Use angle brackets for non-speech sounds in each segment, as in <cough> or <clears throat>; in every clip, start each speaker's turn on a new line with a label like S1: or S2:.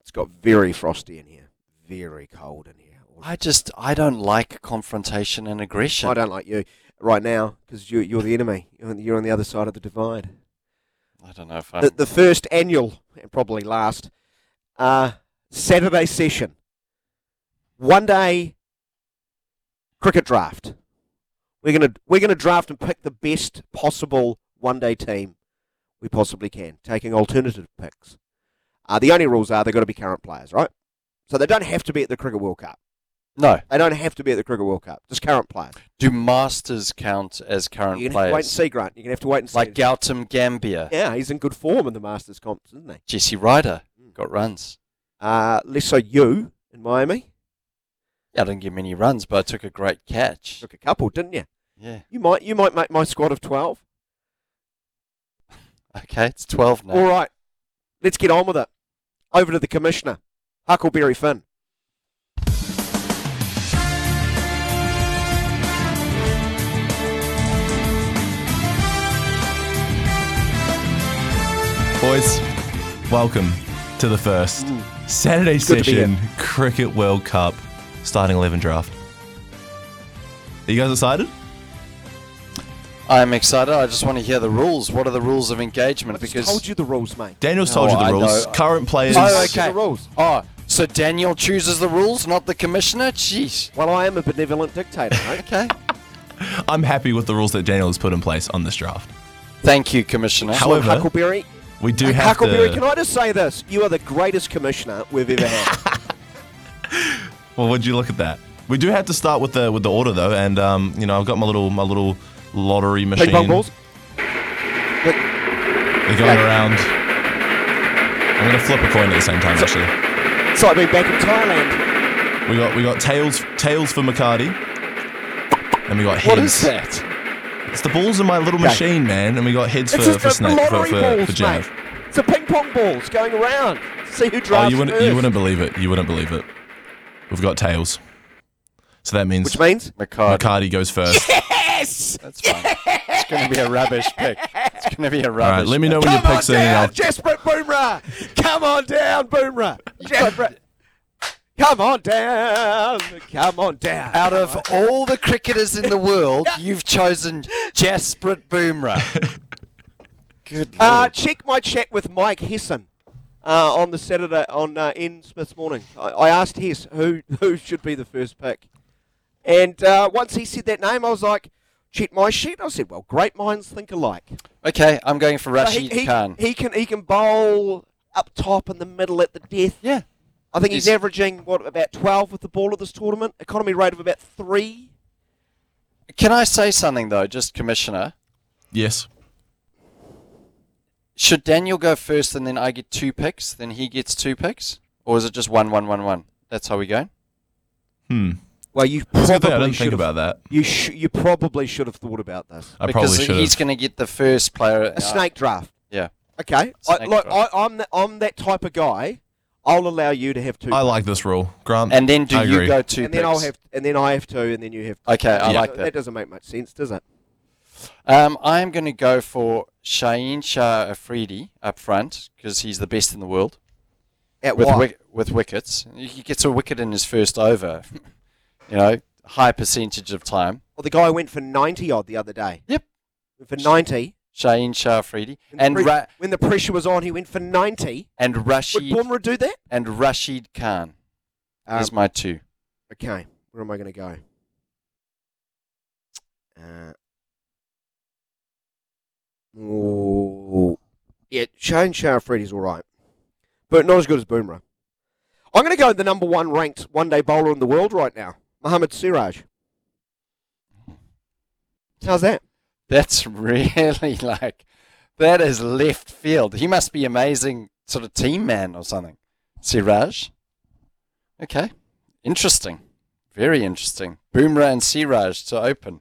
S1: It's got very frosty in here, very cold in here.
S2: I just I don't like confrontation and aggression.
S1: I don't like you right now because you, you're the enemy. You're on- You're on the other side of the divide.
S2: I don't know if I.
S1: the, the first annual and probably last uh, Saturday session. One day cricket draft. We're gonna we're gonna draft and pick the best possible one day team we possibly can, taking alternative picks. Uh, the only rules are they've got to be current players, right? So they don't have to be at the Cricket World Cup.
S2: no.
S1: They don't have to be at the Cricket World Cup. Just current players.
S2: Do masters count as current
S1: You're gonna have to wait and
S2: players?
S1: see, Grant. You're gonna have to wait and see.
S2: Like Gautam Gambia,
S1: yeah, he's in good form in the Masters comps, isn't he?
S2: Jesse Ryder
S1: Hmm.
S2: got runs.
S1: Uh, less so you in Miami.
S2: Yeah, I didn't get many runs, but I took a great catch.
S1: Took a couple, didn't you?
S2: Yeah.
S1: You might you might make my squad of twelve.
S2: Okay, it's twelve now.
S1: All right, let's get on with it. Over to the commissioner, Huckleberry Finn.
S3: Boys, welcome to the first Saturday
S1: good to be
S3: session Cricket World Cup starting 11 draft. Are you guys excited?
S2: I'm excited. I just want to hear the rules. What are the rules of engagement?
S1: I just
S2: because
S1: told you the rules, mate.
S3: Daniel's
S2: No,
S3: told you
S2: Oh, I
S3: the rules.
S2: know.
S3: Current players.
S2: Oh,
S1: These are
S2: okay.
S1: the rules.
S2: Oh, so Daniel chooses the rules, not the commissioner. Jeez.
S1: Well, I am a benevolent dictator,
S2: <laughs>
S1: mate.
S2: Okay.
S3: I'm happy with the rules that Daniel has put in place on this draft.
S2: Thank you, commissioner.
S3: How- However,
S1: Huckleberry,
S3: We do have
S1: Huckleberry,
S3: to.
S1: can I just say this? You are the greatest commissioner we've ever
S2: <laughs>
S1: had.
S3: Well, would you look at that? We do have to start with the with the order though, and um, you know I've got my little my little lottery machine.
S1: Ping pong balls.
S3: They're going around. I'm gonna flip a coin at the same time actually.
S1: So I've been back in Thailand.
S3: We got we got tails tails for McCarty, and we got heads.
S2: what is that?
S3: It's the balls in my little machine, man. And we got heads for
S1: It's just
S3: for
S1: the
S3: Snake for
S1: lottery
S3: for,
S1: balls,
S3: for
S1: mate.
S3: Jav.
S1: It's a ping pong balls going around. to See who
S3: Oh,
S1: drafts
S3: you wouldn't
S1: first.
S3: you wouldn't believe it. You wouldn't believe it. We've got tails, so that means
S1: Which means
S2: McCard.
S3: McCarty goes first.
S1: yes.
S2: That's fine.
S1: <laughs>
S2: It's going to be a rubbish pick. It's going to be a rubbish.
S3: All right, let me
S2: pick.
S3: know when your
S1: Come on
S3: picks in. and
S1: down,
S3: I'll-
S1: Jasper Boomerah. Come on down, Boomerah. Jasper. Come on down. Come on down.
S2: Out of all the
S1: <laughs>
S2: cricketers in the world, you've chosen Jasper Boomerang. Good
S1: Uh,
S2: lord.
S1: check my chat with Mike Hessen uh, on the Saturday on uh, N Smith's morning. I, I asked Hess who who should be the first pick, and uh, once he said that name, I was like, check my sheet. I said, well, great minds think alike.
S2: Okay, I'm going for
S1: So he,
S2: Rashid
S1: he,
S2: Khan.
S1: he can he can bowl up top in the middle at the death.
S2: yeah.
S1: I think he's,
S2: He's-
S1: averaging what about twelve with the ball at this tournament. Economy rate of about three.
S2: Can I say something though, just commissioner?
S3: Yes.
S2: Should Daniel go first and then I get two picks, then he gets two picks? Or is it just one, one, one, one? That's how we go?
S3: Hmm.
S1: Well, you
S3: It's a
S1: probably
S3: good thing I didn't
S1: should
S3: think
S1: have,
S3: about that.
S1: You sh- you probably should have thought about this.
S3: I
S2: because
S3: probably should
S2: he's
S3: have.
S2: going to get the first player. uh,
S1: A snake draft.
S2: Yeah.
S1: Okay. I,
S2: Snake
S1: look,
S2: draft.
S1: I, I'm that I'm that type of guy. I'll allow you to have two,
S3: I like this rule, Grant.
S2: And then do
S3: I
S2: you
S3: agree.
S2: go two
S1: and
S2: picks?
S1: then I'll have, and then I have two, and then you have.
S2: Okay, I
S1: Yeah.
S2: like that.
S1: That doesn't make much sense, does it?
S2: Um, I'm going to go for Shaheen Shah Afridi up front because he's the best in the world
S1: At
S2: with
S1: what?
S2: wick- with wickets. He gets a wicket in his first over. <laughs> you know, high percentage of time.
S1: well, the guy went for ninety odd the other day.
S2: Yep.
S1: Went For ninety,
S2: Shaheen Shah Afridi
S1: When the
S2: and
S1: pre-
S2: Ra-
S1: when the pressure was on, he went for ninety.
S2: and
S1: Would
S2: Rashid
S1: Bumrah do that?
S2: and Rashid Khan
S1: Um,
S2: is my two.
S1: Okay, where am I going to go? Uh, ooh. Yeah, Shane Freddy's all right, but not as good as Boomerang. I'm going to go with the number one ranked one day bowler in the world right now, Mohammad Siraj. How's that?
S2: That's <laughs> really like that is left field. He must be amazing sort of team man or something. Siraj. Okay. Interesting. Very interesting. Boomerang and Siraj to open.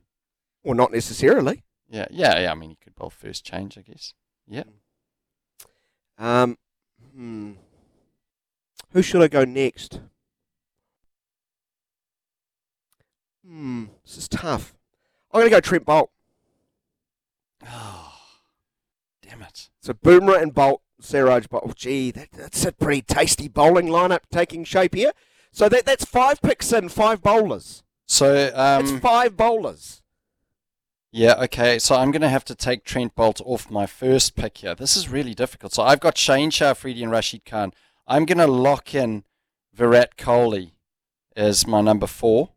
S1: Well, not necessarily.
S2: Yeah, yeah, yeah. I mean you could bowl first change, I guess. <sighs> Yeah.
S1: Um, hmm. Who should I go next? Hmm, this is tough. I'm going to go Trent Bolt.
S2: Oh, damn it.
S1: So Boomer and Bolt Siraj Bowl. Gee, that, that's a pretty tasty bowling lineup taking shape here. So that that's five picks in, five bowlers.
S2: So
S1: That's
S2: um,
S1: five bowlers.
S2: yeah, okay. So I'm going to have to take Trent Bolt off my first pick here. This is really difficult. So I've got Shane Shah Afridi and Rashid Khan. I'm going to lock in Virat Kohli as my number four,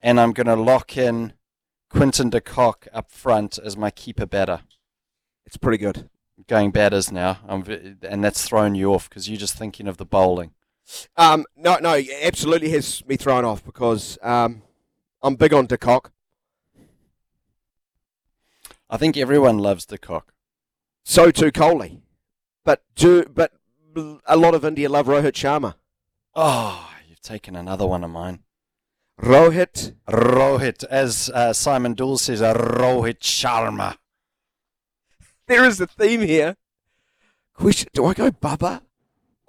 S2: and I'm going to lock in Quinton de Kock up front as my keeper batter.
S1: It's pretty good.
S2: Going batters now, I'm, v- and that's thrown you off because you're just thinking of the bowling.
S1: Um, no, no, it absolutely has me thrown off because um, I'm big on De Kock.
S2: I think everyone loves de Kock.
S1: So too Kohli, but do but a lot of India love Rohit Sharma.
S2: Oh, you've taken another one of mine.
S1: Rohit
S2: Rohit, as uh, Simon Dool says, uh, Rohit Sharma. <laughs>
S1: there is a theme here. Question: Do I go Bubba?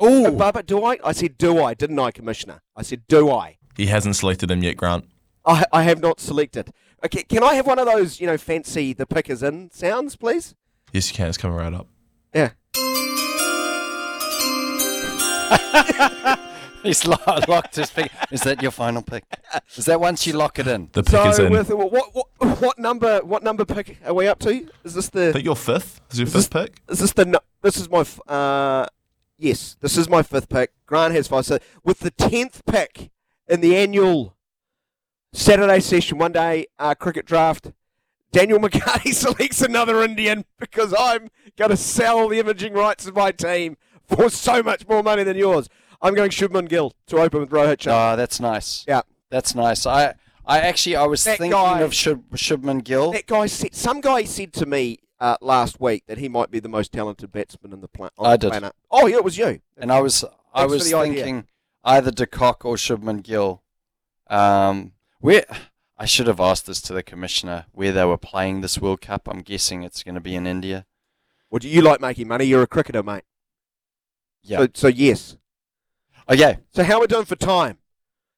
S1: Oh,
S2: Oh,
S1: Bubba, do I? I said, do I? Didn't I, Commissioner? I said, do I?
S3: He hasn't selected him yet, Grant.
S1: I, I have not selected. Okay, can I have one of those, you know, fancy the pick is in sounds, please?
S3: Yes, you can. It's coming right up.
S1: Yeah.
S2: he's lo- locked his pick. Is that your final pick? Is that once you lock it in?
S3: The pick
S1: So
S3: is in.
S1: with what, what what number what number pick are we up to? Is this
S3: I
S1: the
S3: think your fifth is your
S1: Is this-
S3: fifth pick.
S1: is this the no, this is my f- uh yes this is my fifth pick. Grant has five. So with the tenth pick in the annual Saturday session one day uh, cricket draft, Daniel <laughs> McCarty selects another Indian because I'm going to sell the imaging rights of my team for so much more money than yours. I'm going Shubman Gill to open with Rohit Sharma.
S2: Oh, that's nice.
S1: Yeah.
S2: That's nice. I, I actually, I was
S1: That
S2: thinking
S1: guy.
S2: of Shub- Shubman Gill.
S1: That guy said, some guy said to me uh, last week that he might be the most talented batsman in the pla- on
S2: I
S1: the
S2: did.
S1: planet. Oh, yeah, it was you.
S2: And I was I
S1: Thanks for
S2: was
S1: the idea.
S2: thinking either De Kock or Shubman Gill. Um, where I should have asked this to the commissioner where they were playing this World Cup. I'm guessing it's going to be in India.
S1: Well, do you like making money? You're a cricketer, mate.
S2: Yeah.
S1: So, so yes.
S2: okay.
S1: So how we doing for time?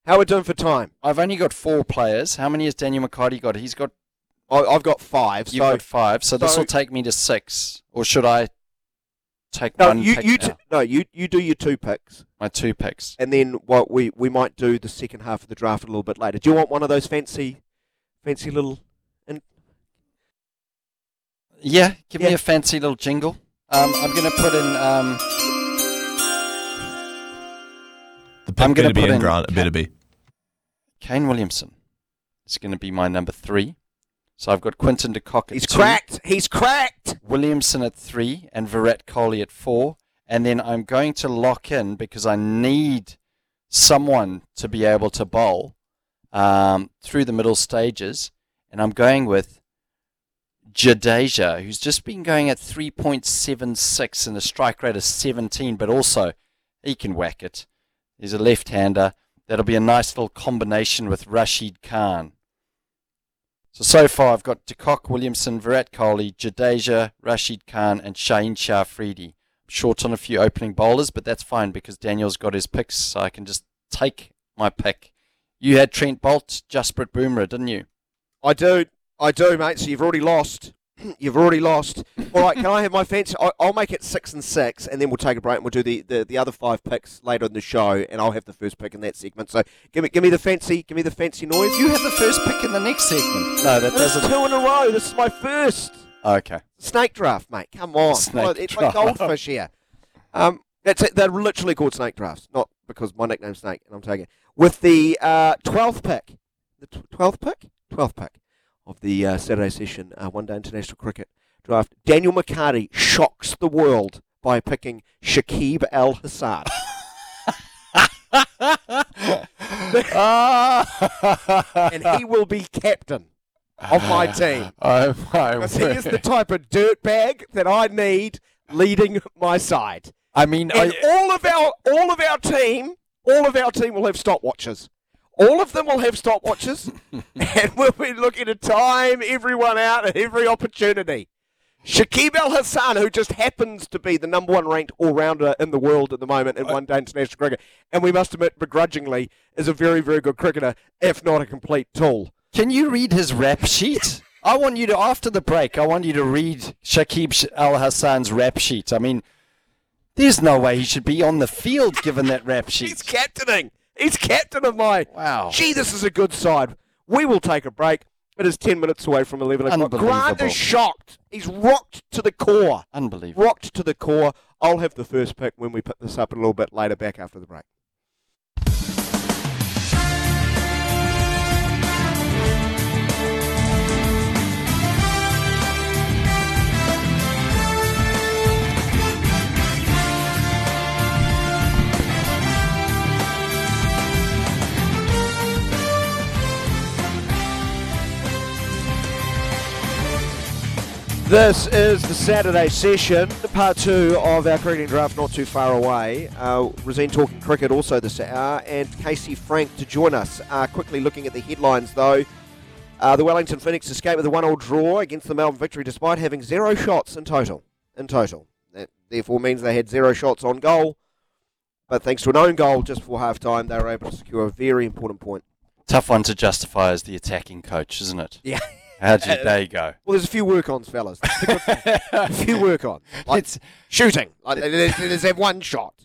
S1: How we doing for time?
S2: I've only got four players. How many has Daniel McCarty got? He's got
S1: I, I've got five.
S2: you've
S1: so
S2: got five. So, this
S1: so-
S2: will take me to six. Or should I take
S1: no,
S2: one
S1: you
S2: pick
S1: you
S2: now?
S1: t- no you you do your two picks,
S2: my two picks?
S1: and then what we we might do the second half of the draft a little bit later. Do you want one of those fancy, fancy little?
S2: Yeah, give me
S1: Yeah.
S2: a fancy little jingle. Um, I'm going to put in. Um,
S3: The
S2: I'm
S3: pick
S2: gonna
S3: better be
S2: put
S3: in,
S2: in-
S3: Grant. It better be.
S2: Kane Williamson is going to be my number three. So I've got Quinton de Kock at
S1: He's
S2: two,
S1: cracked. He's cracked.
S2: Williamson at three, and Virat Kohli at four. And then I'm going to lock in because I need someone to be able to bowl um, through the middle stages. And I'm going with Jadeja, who's just been going at 3.76 and a strike rate of 17, but also he can whack it. He's a left hander. That'll be a nice little combination with Rashid Khan. So, so far, I've got De Kock, Williamson, Virat Kohli, Jadeja, Rashid Khan, and Shane Shah Afridi. Short on a few opening bowlers, but that's fine because Daniel's got his picks, so I can just take my pick. You had Trent Bolt, Jasprit Boomer, didn't you?
S1: I do, I do, mate. So you've already lost. <clears throat> you've already lost. All right, can I have my fancy? I, I'll make it six and six, and then we'll take a break and we'll do the, the, the other five picks later in the show, and I'll have the first pick in that segment. So give me give me the fancy, give me the fancy noise.
S2: You had the first pick in the next segment. No, that
S1: This is
S2: <laughs> doesn't.
S1: two in a row. This is my first
S2: Okay.
S1: snake draft, mate. Come on,
S2: Snake
S1: Oh, it's
S2: draft.
S1: like goldfish here. Um, that's it. They're literally called snake drafts, not because my nickname's Snake, and I'm taking it with the uh, 12th pick, the twelfth pick, twelfth pick of the uh, Saturday session, uh, one day international cricket draft. Daniel McCarty shocks the world by picking Shakib Al Hassad.
S2: Ah! <laughs>
S1: and he will be captain of my team.
S2: Oh my
S1: Because he is the
S2: word.
S1: type of dirtbag that I need leading my side.
S2: I mean,
S1: And
S2: I,
S1: all of our all of our team, all of our team will have stopwatches. All of them will have
S2: <laughs>
S1: stopwatches, and we'll be looking to time everyone out at every opportunity. Shakib Al Hassan, who just happens to be the number one ranked all rounder in the world at the moment in one day international cricket, and we must admit begrudgingly is a very, very good cricketer, if not a complete tool.
S2: can you read his rap sheet? I want you to, after the break, I want you to read Shakib Al Hassan's rap sheet. I mean, there's no way he should be on the field given that rap
S1: <laughs> He's
S2: sheet.
S1: captaining. He's captain of my.
S2: Wow.
S1: Gee, this is a good side. We will take a break. It is 10 minutes away from 11 o'clock. Grant
S2: Unbelievable.
S1: is shocked. He's rocked to the core.
S2: Unbelievable.
S1: Rocked to the core. I'll have the first pick when we put this up a little bit later back after the break. This is the Saturday session, the part two of our cricketing draft, not too far away. Uh, Razine talking cricket also this hour, and Casey Frank to join us. Uh, quickly looking at the headlines though, uh, the Wellington Phoenix escaped with a one-all draw against the Melbourne Victory, despite having zero shots in total. In total, that therefore means they had zero shots on goal, but thanks to an own goal just before half time, they were able to secure a very important point.
S2: Tough one to justify as the attacking coach, isn't it?
S1: Yeah.
S2: How'd you, there you go.
S1: <laughs> Well, there's a few work-ons, fellas. a few work-ons. Like,
S2: It's,
S1: shooting. Like they, they, they just have one shot.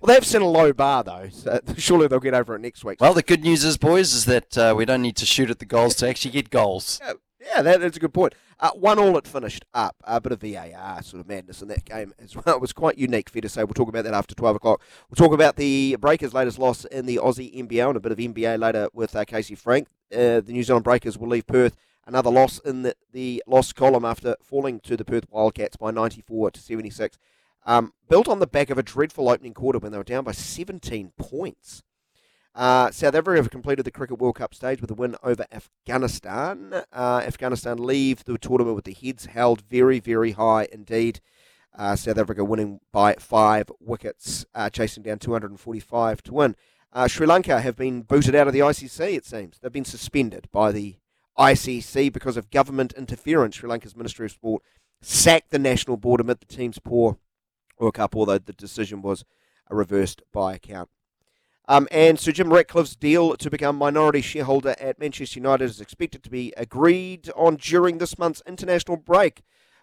S1: Well, they've set a low bar though, so <laughs> surely they'll get over it next week.
S2: well, the good news is, boys, is that uh, we don't need to shoot at the goals to actually get goals.
S1: yeah, yeah, that, that's a good point. Uh, one all it finished up. A bit of VAR sort of madness in that game as well. <laughs> It was quite unique, fair to say. We'll talk about that after 12 o'clock. We'll talk about the Breakers' latest loss in the Aussie NBL and a bit of NBA later with uh, Casey Frank. Uh, the New Zealand Breakers will leave Perth. Another loss in the, the loss column after falling to the Perth Wildcats by 94 to 76. Um, built on the back of a dreadful opening quarter when they were down by 17 points. Uh, South Africa have completed the Cricket World Cup stage with a win over Afghanistan. Uh, Afghanistan leave the tournament with the heads held very, very high indeed. Uh, South Africa winning by five wickets, uh, chasing down 245 to win. Uh, Sri Lanka have been booted out of the ICC, it seems. They've been suspended by the ICC because of government interference. Sri Lanka's Ministry of Sport sacked the national board amid the team's poor World Cup, although the decision was uh, reversed by a count. Um, and Sir Jim Ratcliffe's deal to become minority shareholder at Manchester United is expected to be agreed on during this month's international break,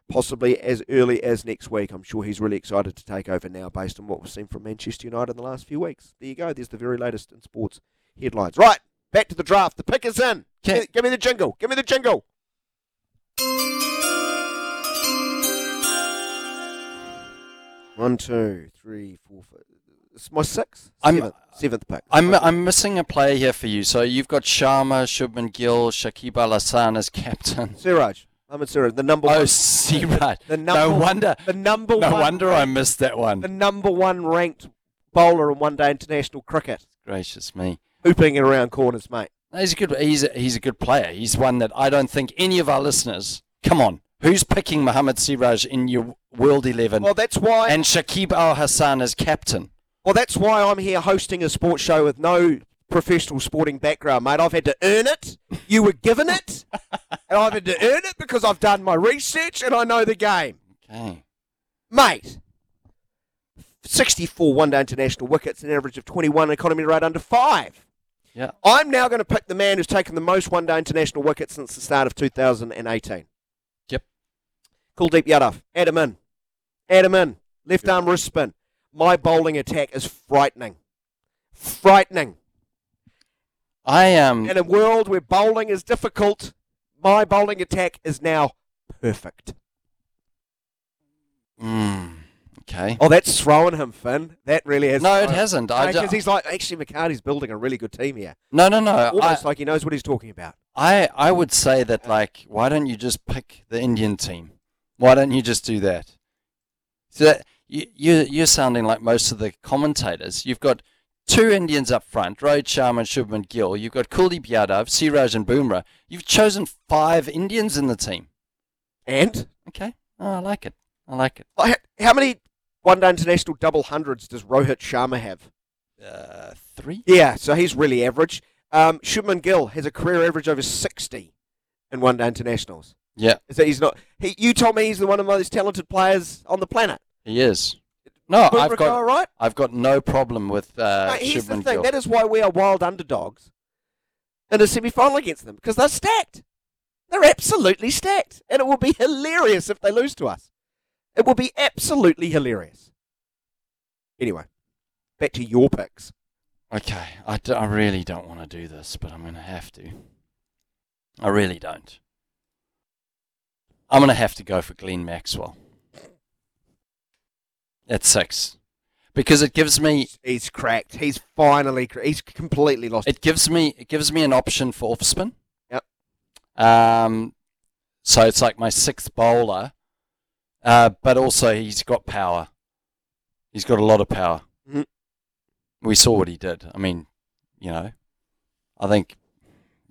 S1: possibly as early as next week. I'm sure he's really excited to take over now based on what we've seen from Manchester United in the last few weeks. There you go. There's the very latest in sports headlines. Right, back to the draft. The pick is in. Give
S2: Can-
S1: me- give me the jingle. Give me the jingle. One, two, three, four, five. It's my sixth,
S2: I'm-
S1: seventh, seventh pick.
S2: I'm, I'm missing a player here for you. So you've got Sharma, Shubman Gill, Shakib Al Hassan as captain.
S1: Siraj. Mohamed Siraj, the number
S2: Oh,
S1: one.
S2: see, right.
S1: The
S2: No
S1: number,
S2: wonder.
S1: The number
S2: <laughs> No
S1: one.
S2: wonder I missed that
S1: The
S2: one.
S1: number one ranked bowler in one day international cricket.
S2: Gracious me.
S1: Hooping it around corners, mate.
S2: No, He's a good. He's a, he's a good player. He's one that I don't think any of our listeners. Come on, who's picking Mohammad Siraj in your World Eleven
S1: Well, that's why.
S2: and Shakib Al Hassan as captain?
S1: well, that's why I'm here hosting a sports show with no professional sporting background, mate. I've had to earn it. You were given
S2: <laughs>
S1: it, and I've had to earn it because I've done my research and I know the game.
S2: Okay.
S1: mate. 64 one day international wickets, an average of 21, economy rate under five.
S2: Yeah.
S1: I'm now going to pick the man who's taken the most one day international wickets since the start of 2018.
S2: Yep.
S1: Kuldeep Yadav. Add him in. Add him in. Left arm wrist spin. My bowling attack is frightening. Frightening.
S2: I am.
S1: In a world where bowling is difficult, my bowling attack is now perfect.
S2: Mm, okay.
S1: Oh, that's throwing him, Finn. That really has.
S2: No, it
S1: thrown-
S2: hasn't. I,
S1: Because
S2: d-
S1: he's like, actually, McCarty's building a really good team here.
S2: no, no, no. I,
S1: Almost like he knows what he's talking about.
S2: I I would say that like, why don't you just pick the Indian team? Why don't you just do that? So that you, you you're sounding like most of the commentators. You've got two Indians up front, Rohit Sharma and Shubman Gill. You've got Kuldeep Yadav, Siraj and Bumrah. You've chosen five Indians in the team.
S1: And
S2: Okay, oh, I like it. I like it.
S1: like, how many one day international double hundreds does Rohit Sharma have?
S2: Uh, three.
S1: Yeah, so he's really average. Um, Shubman Gill has a career average over 60 in one day internationals.
S2: Yeah,
S1: So he's not. He, you told me he's the one of the most talented players on the planet.
S2: he is. No, Oh, I've
S1: Bumrah
S2: got
S1: go right?
S2: I've got no problem with uh,
S1: Mate, here's the
S2: Shubman
S1: thing.
S2: Gill.
S1: That is why we are wild underdogs in a semi final against them because they're stacked. They're absolutely stacked, and it will be <laughs> hilarious if they lose to us. It will be absolutely hilarious. Anyway, back to your picks.
S2: Okay, I, d- I really don't want to do this, but I'm going to have to. I really don't. I'm going to have to go for Glenn Maxwell at six because it gives me
S1: He's cracked. He's finally. Cra- he's completely lost.
S2: it gives me it gives me an option for off spin.
S1: Yep.
S2: Um, so it's like my sixth bowler, uh, but also he's got power. He's got a lot of power.
S1: Mhm.
S2: We saw what he did. I mean, you know, I think,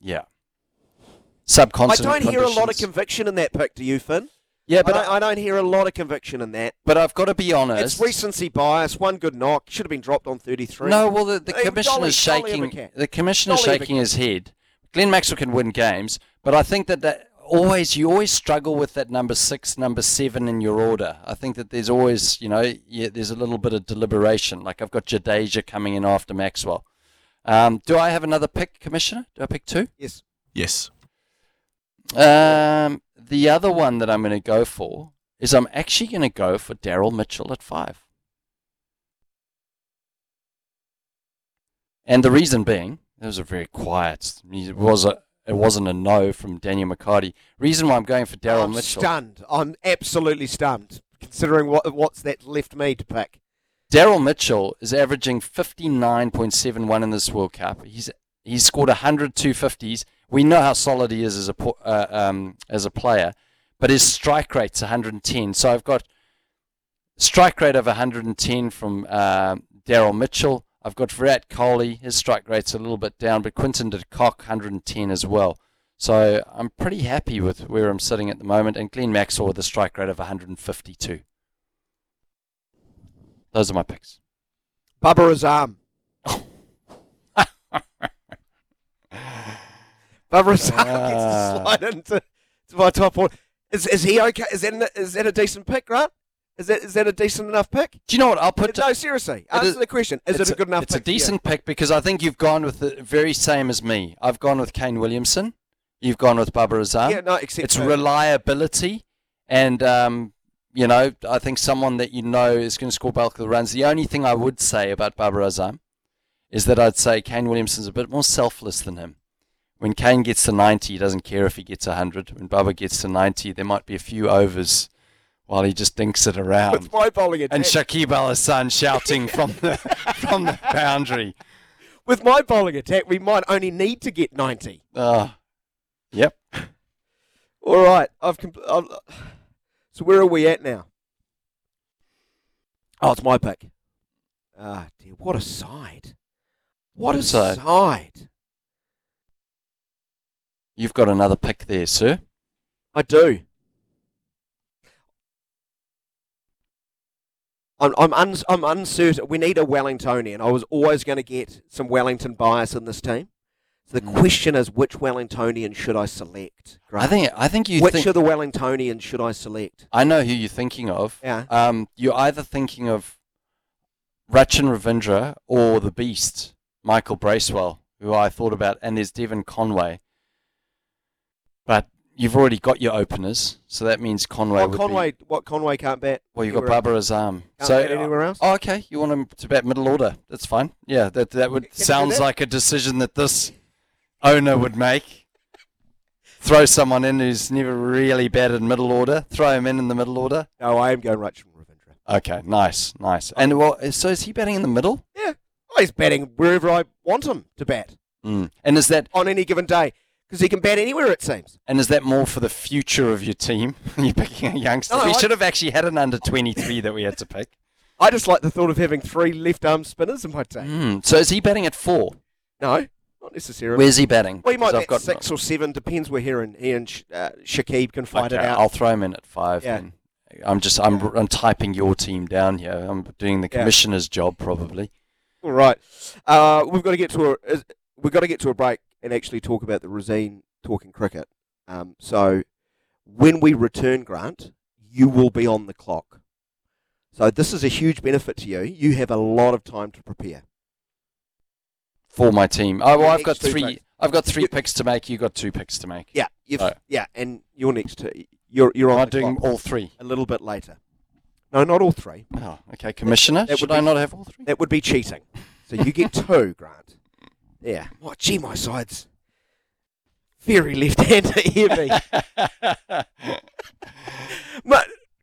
S2: yeah.
S1: I
S2: Subcontinent.
S1: don't hear a lot of
S2: conditions.
S1: conviction in that pick. Do you, Finn?
S2: yeah,
S1: I
S2: but
S1: don't,
S2: I,
S1: I don't hear a lot of conviction in that.
S2: but I've got to be honest.
S1: It's recency bias. One good knock should have been dropped on thirty-three.
S2: No, well, the, the
S1: Hey,
S2: commissioner's
S1: Dolly- Dolly
S2: shaking.
S1: Abacat.
S2: the commissioner's
S1: Dolly
S2: shaking his head. Glenn Maxwell can win games, but I think that that always you always struggle with that number six, number seven in your order. I think that there's always you know yeah, there's a little bit of deliberation. Like I've got Jadeja coming in after Maxwell. Um, do I have another pick, Commissioner? Do I pick two?
S1: Yes.
S3: Yes.
S2: Um, the other one that I'm going to go for is I'm actually going to go for Daryl Mitchell at five. And the reason being, it was a very quiet. It was a, it wasn't a no from Daniel McCarty. Reason why I'm going for Daryl
S1: I'm
S2: Mitchell.
S1: stunned. I'm absolutely stunned, considering what what's that left me to pick.
S2: Daryl Mitchell is averaging 59.71 in this World Cup. He's he's scored 100 250s. We know how solid he is as a po- uh, um, as a player, but his strike rate's 110. So I've got strike rate of 110 from um Daryl Mitchell. I've got Virat Kohli. His strike rate's a little bit down, but Quinton de Kock 110 as well. So I'm pretty happy with where I'm sitting at the moment. And Glenn Maxwell with a strike rate of 152. Those are my picks.
S1: Bubba is arm. Bubba is arm <laughs> gets to
S2: Ah.
S1: slide into to my top one. Is is he okay? Is that is that a decent pick, Grant? Is that is that a decent enough pick?
S2: Do you know what? I'll put.
S1: no, seriously.
S2: is-
S1: Answer the question. Is
S2: it's
S1: it a good enough?
S2: It's
S1: pick
S2: a
S1: for you?
S2: decent pick because I think you've gone with the very same as me. I've gone with Kane Williamson. You've gone with Barbara Azam.
S1: Yeah, no, except
S2: it's
S1: for-
S2: reliability, and um, you know, I think someone that you know is going to score bulk of the runs. The only thing I would say about Barbara Azam is that I'd say Kane Williamson's a bit more selfless than him. When Kane gets to 90, he doesn't care if he gets 100. When Baba gets to 90, there might be a few overs while he just dinks it around.
S1: With my bowling attack,
S2: and Shakib Al Hassan
S1: <laughs>
S2: shouting from the from the boundary.
S1: with my bowling attack, we might only need to get ninety.
S2: Uh, yep.
S1: All right, I've, compl- I've so where are we at now? Oh, it's my pick. Ah, dear, what a side! What a
S2: What side?
S1: side!
S2: You've got another pick there, sir.
S1: I do. I'm I'm uns I'm uncertain. We need a Wellingtonian. I was always going to get some Wellington bias in this team. So the
S2: Mm.
S1: question is, which Wellingtonian should I select?
S2: I think I think you
S1: which
S2: think
S1: of the Wellingtonians should I select?
S2: I know who you're thinking of.
S1: Yeah.
S2: Um, you're either thinking of Rachin Ravindra or the Beast, Michael Bracewell, who I thought about, and there's Devon Conway. But you've already got your openers, so that means Conway
S1: What
S2: would
S1: Oh, Conway?
S2: be.
S1: What Conway can't bet?
S2: Well, you've got
S1: anywhere else.
S2: Barbara Azam.
S1: Can't
S2: so
S1: bet anywhere else.
S2: Oh, okay. You want him to bat middle order? That's fine. Yeah, that that would
S1: Can you do
S2: sounds
S1: that?
S2: like a decision that this owner would make. Throw someone in who's never really batted middle order. Throw him in in the middle order.
S1: No, I am going Rachin Ravindra.
S2: Okay, nice, nice. And well, so is he batting in the middle?
S1: Yeah, oh, he's batting wherever I want him to bat
S2: Mm. And is that
S1: on any given day because he can bat anywhere. It seems.
S2: and is that more for the future of your team? <laughs> You're picking a youngster.
S1: No,
S2: we
S1: I-
S2: should have actually had an under twenty three that we had
S1: <laughs>
S2: to pick.
S1: I just like the thought of having three left arm spinners in my team.
S2: Mm. So is he batting at four?
S1: No, not necessarily.
S2: Where's he batting?
S1: we might
S2: Because I've
S1: bet six or seven. Depends where he and he and Sh- uh, Shakib can fight it
S2: Okay,
S1: out.
S2: uh, I'll throw him in at five.
S1: Yeah.
S2: Then. I'm just I'm I'm typing your team down here. I'm doing the
S1: Yeah.
S2: commissioner's job probably.
S1: All right, uh, we've got to get to a is- we've got to get to a break and actually talk about the Rosine talking cricket. Um, so when we return, Grant, you will be on the clock. So this is a huge benefit to you. You have a lot of time to prepare.
S2: For my team. Oh well,
S1: Yeah,
S2: I've got
S1: extra
S2: three.
S1: breaks.
S2: I've got three picks to make. You got two picks to make.
S1: Yeah, you've,
S2: Right.
S1: yeah, and you're next. To, you're you're
S2: Am I
S1: on the
S2: doing
S1: clock
S2: all three?
S1: a little bit later. No, not all three.
S2: Oh, okay. Commissioner,
S1: that
S2: should
S1: would
S2: I
S1: be-
S2: not have all three?
S1: That would be cheating. So you get two, <laughs> Grant. Yeah. What? Gee, my sides. Very left-handed <laughs> heavy.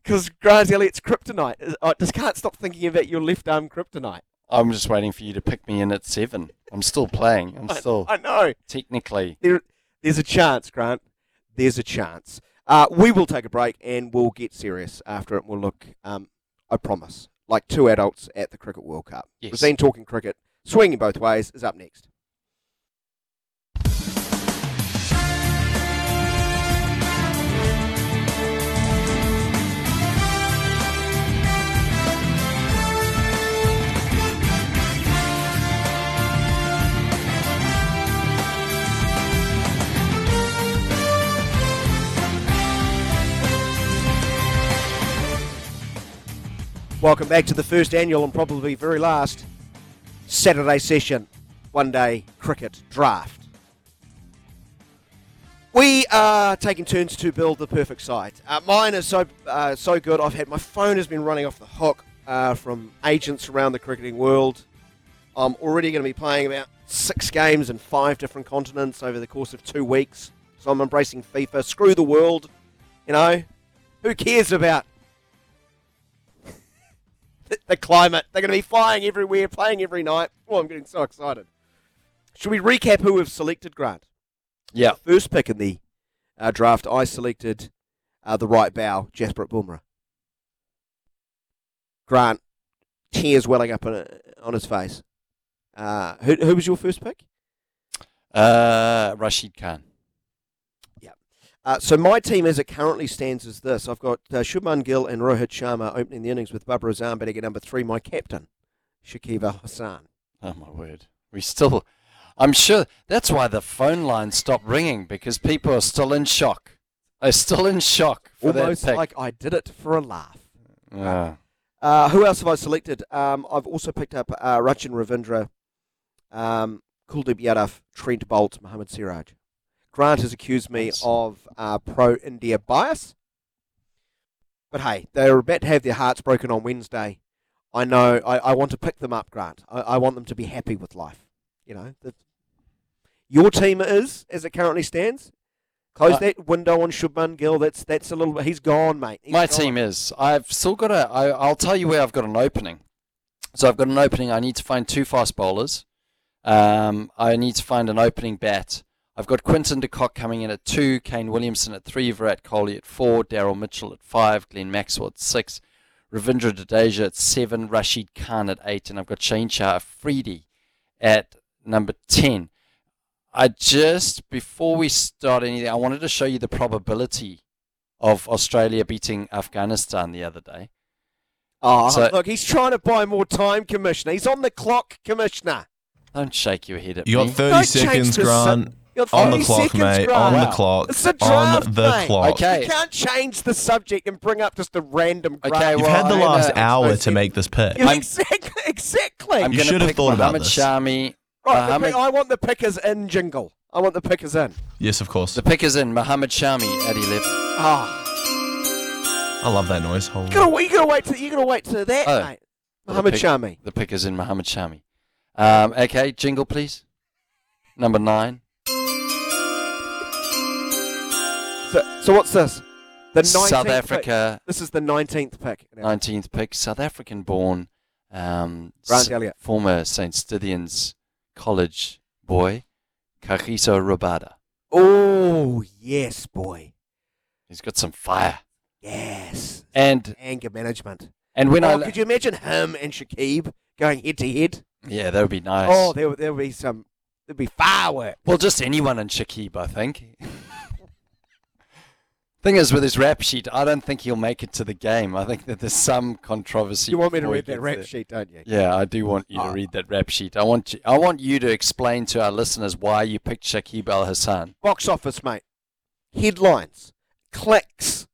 S1: Because Grant Elliott's kryptonite. I just can't stop thinking about your left arm kryptonite.
S2: <laughs> I'm just waiting for you to pick me in at seven. I'm still playing. I'm
S1: I-
S2: still
S1: I know.
S2: technically.
S1: There, there's a chance, Grant. There's a chance. Uh, we will take a break and we'll get serious after it. We'll look, um, I promise, like two adults at the Cricket World Cup.
S2: Yes.
S1: We've been talking cricket, swinging both ways, is up next. Welcome back to the first annual and probably very last Saturday session, one day cricket draft. We are taking turns to build the perfect side. Uh, mine is so uh, so good. I've had my phone has been running off the hook uh, from agents around the cricketing world. I'm already going to be playing about six games in five different continents over the course of two weeks. So I'm embracing FIFA. Screw the world, you know. Who cares about the- the climate. They're going to be flying everywhere, playing every night. Oh, I'm getting so excited. Should we recap who we've selected, Grant?
S2: Yeah.
S1: First pick in the uh, draft, I selected uh, the right bow, Jasper Boomerah. Grant, tears welling up on, on his face. Uh, who, who was your first pick?
S2: Uh, Rashid Khan.
S1: Uh, so my team, as it currently stands, is this: I've got uh, Shubman Gill and Rohit Sharma opening the innings with Babar Azam batting at number three. My captain, Shakiba Hassan.
S2: Oh my word. We still. I'm sure that's why the phone line stopped ringing because people are still in shock. They're still in shock for
S1: Almost
S2: that pick.
S1: like I did it for a laugh.
S2: Ah.
S1: Uh, who else have I selected? Um, I've also picked up uh, Rachin Ravindra, um, Kuldeep Yadav, Trent Bolt, Mohammad Siraj. Grant has accused me
S2: Nice.
S1: of uh, pro India bias. But hey, they're about to have their hearts broken on Wednesday. I know. I, I want to pick them up, Grant. I, I want them to be happy with life. You know, the, your team is as it currently stands. Close
S2: Uh,
S1: that window on Shubman Gill. That's that's a little. bit. He's gone, mate. He's
S2: My
S1: gone.
S2: team is. I've still got a. I, I'll tell you where I've got an opening. So I've got an opening. I need to find two fast bowlers. Um, I need to find an opening bat. I've got Quinton de Kock coming in at two, Kane Williamson at three, Virat Kohli at four, Daryl Mitchell at five, Glenn Maxwell at six, Ravindra Jadeja at seven, Rashid Khan at eight, and I've got Shane Shah Afridi at number ten. I just before we start anything, I wanted to show you the probability of Australia beating Afghanistan the other day.
S1: Oh,
S2: So-
S1: look, he's trying to buy more time, Commissioner. He's on the clock, Commissioner.
S2: Don't shake your head at
S3: You
S2: me.
S3: got 30
S1: Don't change
S3: seconds,
S1: the
S3: Grant.
S1: You're
S3: On
S1: 30
S3: the clock,
S1: seconds,
S3: mate.
S1: Grant.
S3: On
S2: Wow.
S3: the clock.
S1: It's a draft,
S3: on the
S1: mate.
S3: clock.
S2: Okay.
S1: You can't change the subject and bring up just a random
S2: Okay,
S1: graph.
S2: well,
S3: You've had the
S2: I'm
S3: last
S1: uh,
S2: gonna-
S3: hour to
S1: expensive. <laughs>
S3: make this pick.
S1: Yeah,
S2: I'm-
S1: exactly. exactly.
S2: I'm uh,
S1: Right,
S3: You
S2: gonna
S3: should have
S2: pick
S3: thought about
S2: Mohammad
S3: this.
S2: Shami.
S1: the
S2: Mohammed-
S1: pick- I want the pickers in jingle. I want the pickers in.
S3: Yes, of course.
S2: The pick is in. Mohammed Shami at 11.
S1: Ah,
S3: I love that noise. Hold
S1: you
S3: on.
S1: gotta, wait- you gotta wait till you gotta wait till that,
S2: Oh.
S1: mate. Mohammed
S2: pick-
S1: Shami.
S2: The pick is in Mohammed Shami. Um, okay, jingle please. Number nine.
S1: So, so what's this? The 19th
S2: South
S1: pick.
S2: Africa,
S1: This is the nineteenth pick.
S2: 19th pick. South African born. Um,
S1: Grant
S2: s-
S1: Elliott.
S2: former St. Stithians College boy, Kagiso Rabada.
S1: Oh yes, boy.
S2: He's got some fire.
S1: Yes.
S2: And
S1: Anger management.
S2: and when I.
S1: Oh,
S2: lo-
S1: could you imagine him and Shakib going head to head?
S2: yeah, that would be nice.
S1: Oh, there would- there would be some. There'd be fireworks.
S2: Well, just anyone in Shakib, I think. Thing is, with his rap sheet, I don't think he'll make it to the game. I think that there's some controversy.
S1: You want me to
S2: before he
S1: read that
S2: gets
S1: rap
S2: there.
S1: sheet, don't you?
S2: Yeah, I do want you to
S1: Ah.
S2: read that rap sheet. I want you, I want you to explain to our listeners why you picked Shakib Al <laughs> Hassan.
S1: Box office, mate. Headlines, clicks.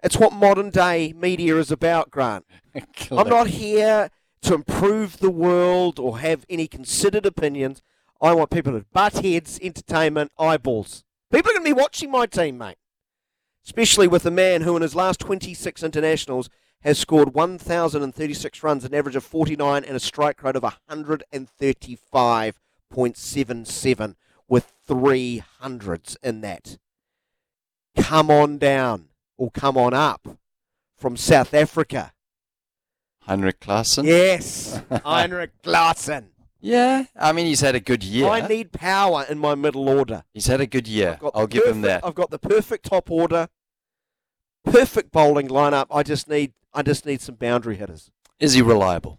S1: It's what modern day media is about, Grant. I'm not here to improve the world or have any considered opinions. I want people to butt heads, entertainment, eyeballs. People are going to be watching my team, mate. Especially with a man who, in his last 26 internationals, has scored 1,036 runs, an average of 49, and a strike rate of 135.77 with three hundreds in that. Come on down, or come on up from South Africa.
S2: Heinrich Klaassen. <laughs>
S1: Yes, Heinrich Glarson.
S2: Yeah, I mean he's had a good year.
S1: I need power in my middle order.
S2: he's had a good year.
S1: I've got the
S2: I'll give him
S1: perfect-
S2: that.
S1: I've got the perfect top order, perfect bowling lineup. I just need I just need some boundary hitters.
S2: Is he reliable?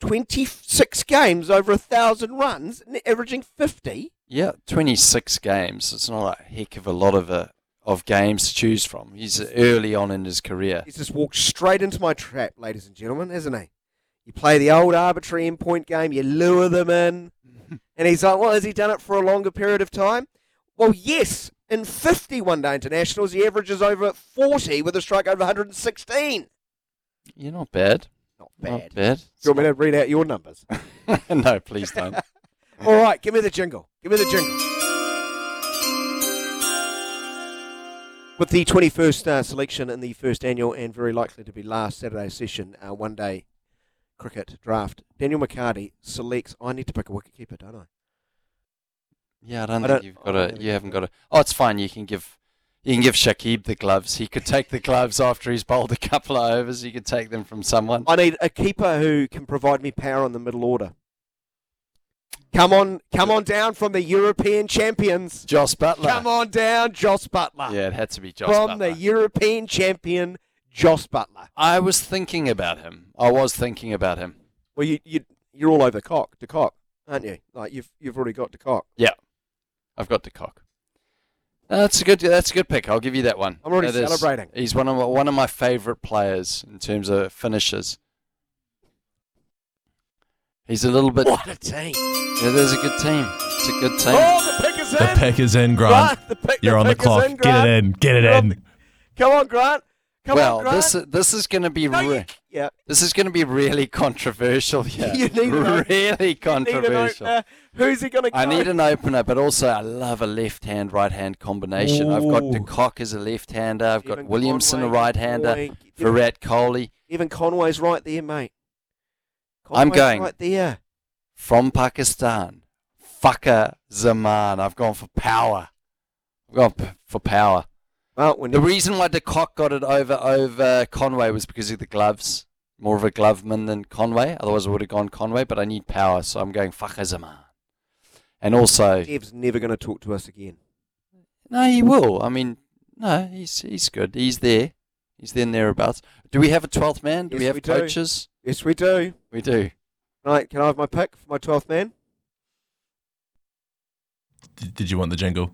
S1: Twenty six games over a thousand runs, n- averaging fifty.
S2: Yeah, 26 games. It's not a heck of a lot of uh of games to choose from. He's early on in his career.
S1: He's just walked straight into my trap, ladies and gentlemen, hasn't he? You play the old arbitrary endpoint game, you lure them in, and he's like, well, has he done it for a longer period of time? Well, yes. In 50 one-day internationals, he averages over 40 with a strike over 116.
S2: You're not bad.
S1: Not
S2: Not
S1: bad.
S2: bad.
S1: Do you want me to read out your numbers?
S2: <laughs> no, please don't.
S1: All right, give me the jingle. Give me the jingle. With the 21st uh, selection in the first annual and very likely to be last Saturday session, uh, one day cricket draft, Daniel McCarty selects. I need to pick a wicketkeeper, don't I?
S2: Yeah, I don't
S1: I
S2: think
S1: don't-
S2: you've got
S1: I
S2: a.
S1: don't
S2: You haven't got a. Oh, it's fine. You can give. You can give Shakib the gloves. He could take the gloves after he's bowled a couple of overs. You could take them from someone.
S1: I need a keeper who can provide me power on the middle order. Come on, come on down from the European champions.
S2: Joss Butler.
S1: Come on down, Joss Butler.
S2: Yeah, it had to be Joss
S1: from
S2: Butler.
S1: the European champion, Joss Butler.
S2: I was thinking about him. I was thinking about him.
S1: Well, you you you're all over cock to cock, aren't you? Like you've you've already got to cock.
S2: I've got the cock. No, that's a good. That's a good pick. I'll give you that one.
S1: I'm already
S2: That is-
S1: celebrating.
S2: he's one of my, one of my favourite players in terms of finishers. He's a little bit.
S1: what a team!
S2: It is a good team. It's a good team.
S1: Oh, the pick is in.
S3: The peck is in, Grant.
S1: Grant, the pick,
S3: You're on the
S1: pick is
S3: clock.
S1: in,
S3: Get
S1: Grant.
S3: it in. Get it
S1: You're on-
S3: in.
S1: Come on, Grant. Come
S2: well,
S1: on, Grant.
S2: this this is going to be
S1: No, you-
S2: re-
S1: yeah.
S2: this is going to be really <laughs> controversial.
S1: <laughs>
S2: Yeah,
S1: You need an op-
S2: really
S1: Need uh, an
S2: controversial.
S1: opener. Who's he going to?
S2: I need an opener, but also I love a left-hand right-hand combination. I've got De
S3: Ooh.
S2: Kock as a left-hander. I've got
S1: Stephen
S2: Williamson a
S1: Conway,
S2: right-hander.
S1: Conway,
S2: Virat Kohli
S1: Even Conway's right there, mate.
S2: I'm
S1: Conway's
S2: going-
S1: right there.
S2: from Pakistan. Fucker Zaman. I've gone for power. I've gone p- for power.
S1: Well, when
S2: The reason why De Kock got it over over Conway was because of the gloves. More of a gloveman than Conway. Otherwise, I would have gone Conway. But I need power, so I'm going Fakhr Zaman. And also,
S1: Dev's never going to talk to us again.
S2: no, he will. I mean, no, he's he's good. He's there. He's there and thereabouts. Do we have a twelfth man? Do we
S1: Yes,
S2: have
S1: we do.
S2: coaches?
S1: Yes, we do.
S2: We do.
S1: Can I, can I have my pick for my twelfth man?
S3: D- Did you want the jingle?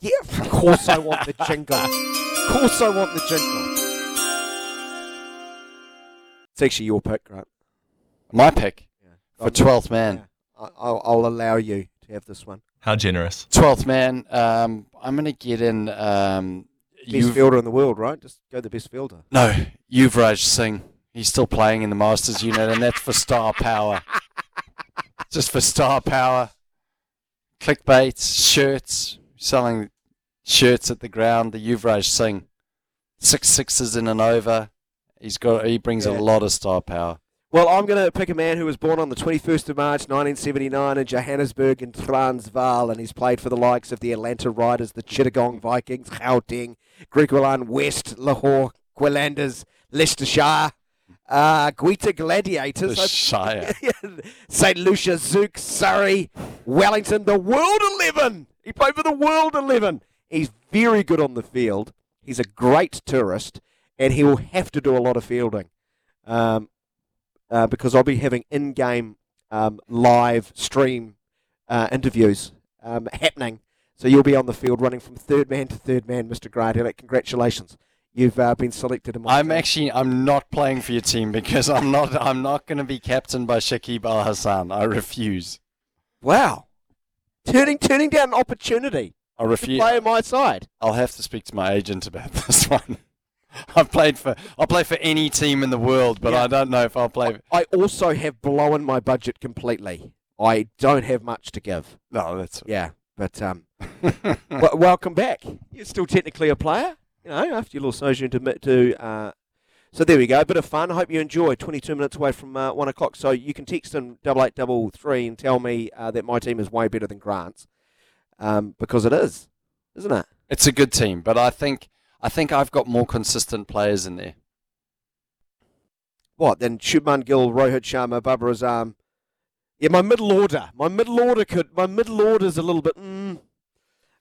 S1: Yeah, of course I want the jingle. Of course I want the jingle. It's actually your pick, right?
S2: My pick
S1: Yeah.
S2: for twelfth man.
S1: I- I'll, I'll allow you to have this one.
S3: How generous.
S2: Twelfth man. Um, I'm gonna get in. Um,
S1: Best
S2: Yuv-
S1: fielder in the world, right? Just go the best fielder.
S2: no, Yuvraj Singh. He's still playing in the Masters unit, and that's for star power. <laughs> Just for star power. Clickbait shirts, selling shirts at the ground. The Yuvraj Singh, six sixes in an over. He's got. He brings
S1: Yeah.
S2: a lot of star power.
S1: Well, I'm going to pick a man who was born on the 21st of March 1979 in Johannesburg in Transvaal, and he's played for the likes of the Atlanta Riders, the Chittagong Vikings, Gauteng, Griqualand West, Lahore, Quilanders, Leicestershire, uh, Guita Gladiators.
S2: The
S1: I <laughs>
S2: Shire.
S1: St. Lucia, Zook, Surrey, Wellington, the World 11. He played for the World 11. He's very good on the field. He's a great tourist, and he will have to do a lot of fielding um, uh, because I'll be having in game um, live stream uh, interviews um, happening. So you'll be on the field running from third man to third man, Mr. Grant. Congratulations. You've uh, been selected. In my
S2: I'm
S1: team.
S2: actually I'm not playing for your team because I'm not I'm not going to be captained by Shakib Al Hassan. I refuse.
S1: Wow. Turning, turning down an opportunity.
S2: I
S1: to
S2: refuse.
S1: play on my side.
S2: I'll have to speak to my agent about <laughs> this one. I've played for I'll play for any team in the world, but
S1: Yeah.
S2: I don't know if I'll play.
S1: I also have blown my budget completely. I don't have much to give.
S2: No, that's
S1: Yeah, but <laughs> um, w- welcome back. You're still technically a player, you know, after your little sojourn to. mi- to uh, so there we go, bit of fun. Hope you enjoy. 22 minutes away from uh, one o'clock, so you can text in double eight double three and tell me uh, that my team is way better than Grant's, um, because it is, isn't it?
S2: it's a good team, but I think I think I've got more consistent players in there.
S1: What then? Shubman Gill, Rohit Sharma, Babar Azam. Yeah, my middle order. My middle order could. My middle order's a little bit. Mm,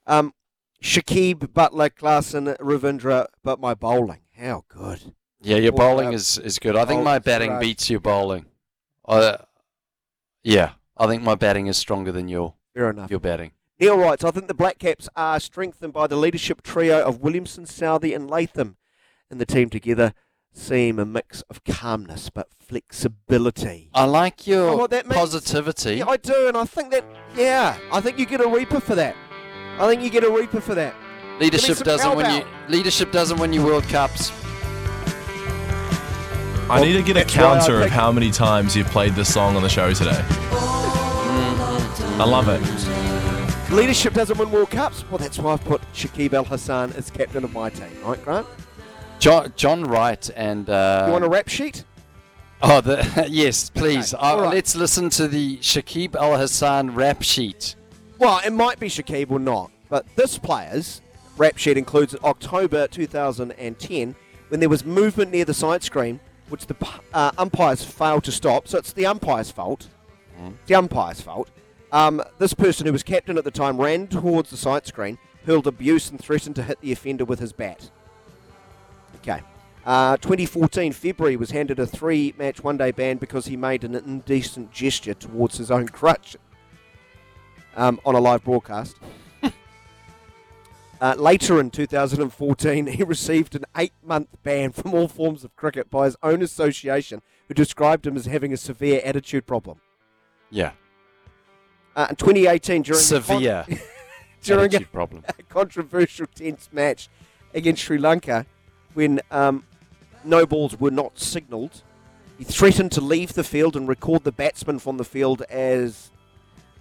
S1: um, Shakib, Butler, Klassen, Ravindra, but my bowling. How good.
S2: Yeah, your
S1: Well,
S2: bowling
S1: uh,
S2: is, is good. I think my
S1: bowling's
S2: batting
S1: right.
S2: beats your bowling. I, yeah, I think my batting is stronger than your
S1: Fair enough.
S2: your batting.
S1: Neil writes, I think the Black Caps are strengthened by the leadership trio of Williamson, Southey, and Latham. And the team together seem a mix of calmness but flexibility.
S2: I like your
S1: know what that means?
S2: positivity.
S1: Yeah, I do, and I think that, yeah, I think you get a Reaper for that. I think you get a Reaper for that.
S2: leadership
S1: some
S2: doesn't win you
S1: cowbell.
S2: leadership doesn't win you World Cups.
S3: I need to get a
S1: that's why Oh, I
S3: counter of
S1: picked-
S3: how many times you've played this song on the
S1: <laughs>
S3: show today. I love it.
S1: Leadership doesn't win World Cups. Well, that's why I've put Shakib Al Hassan as captain of my team, right, Grant?
S2: John, John Wright and uh,
S1: You want a rap sheet?
S2: oh the, <laughs> yes, please.
S1: Okay,
S2: Uh,
S1: all right.
S2: Let's listen to the Shakib Al Hassan rap sheet.
S1: Well, it might be Shakib or not, but this player's rap sheet includes October 2010 when there was movement near the side screen, which the p- uh, umpires failed to stop. So it's the umpire's fault. The umpire's fault. Um, this person who was captain at the time ran towards the side screen, hurled abuse, and threatened to hit the offender with his bat. Okay. Uh, 2014 February was handed a three-match one-day ban because he made an indecent gesture towards his own crutch um, on a live broadcast. uh, later in 2014, he received an eight-month ban from all forms of cricket by his own association, who described him as having a severe attitude problem.
S2: Yeah,
S1: Uh, in 2018, during the con- <laughs>
S2: severe
S1: during a
S2: attitude problem.
S1: <laughs> a controversial tense match against Sri Lanka when um, no balls were not signalled. He threatened to leave the field and record the batsman from the field as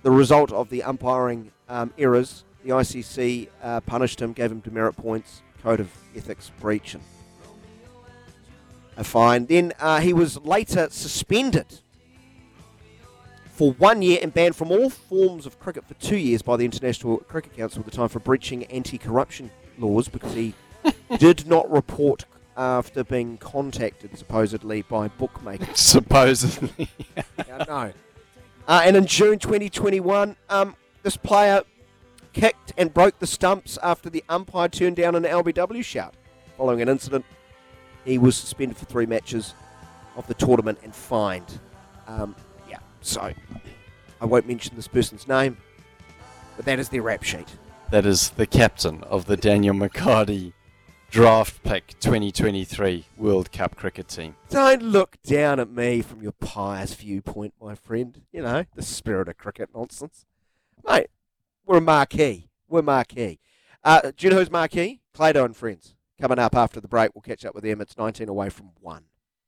S1: the result of the umpiring um, errors. The ICC uh, punished him, gave him demerit points, code of ethics breach, and a fine. Then uh, he was later suspended for one year and banned from all forms of cricket for two years by the International Cricket Council at the time for breaching anti-corruption laws because he did not report after being contacted supposedly by bookmakers.
S2: Supposedly. <laughs>
S1: Yeah, no. Uh, and in June 2021, um, this player kicked and broke the stumps after the umpire turned down an LBW shout. Following an incident, he was suspended for three matches of the tournament and fined. Um, yeah, so I won't mention this person's name, but that is their rap sheet.
S2: That is the captain of the Daniel McCarty draft pick 2023 World Cup cricket team.
S1: Don't look down at me from your pious viewpoint, my friend. You know, the spirit of cricket nonsense. Mate, we're a marquee. We're marquee. Uh, do you know who's marquee? Clado and Friends. Coming up after the break, we'll catch up with them. It's 19 away from 1.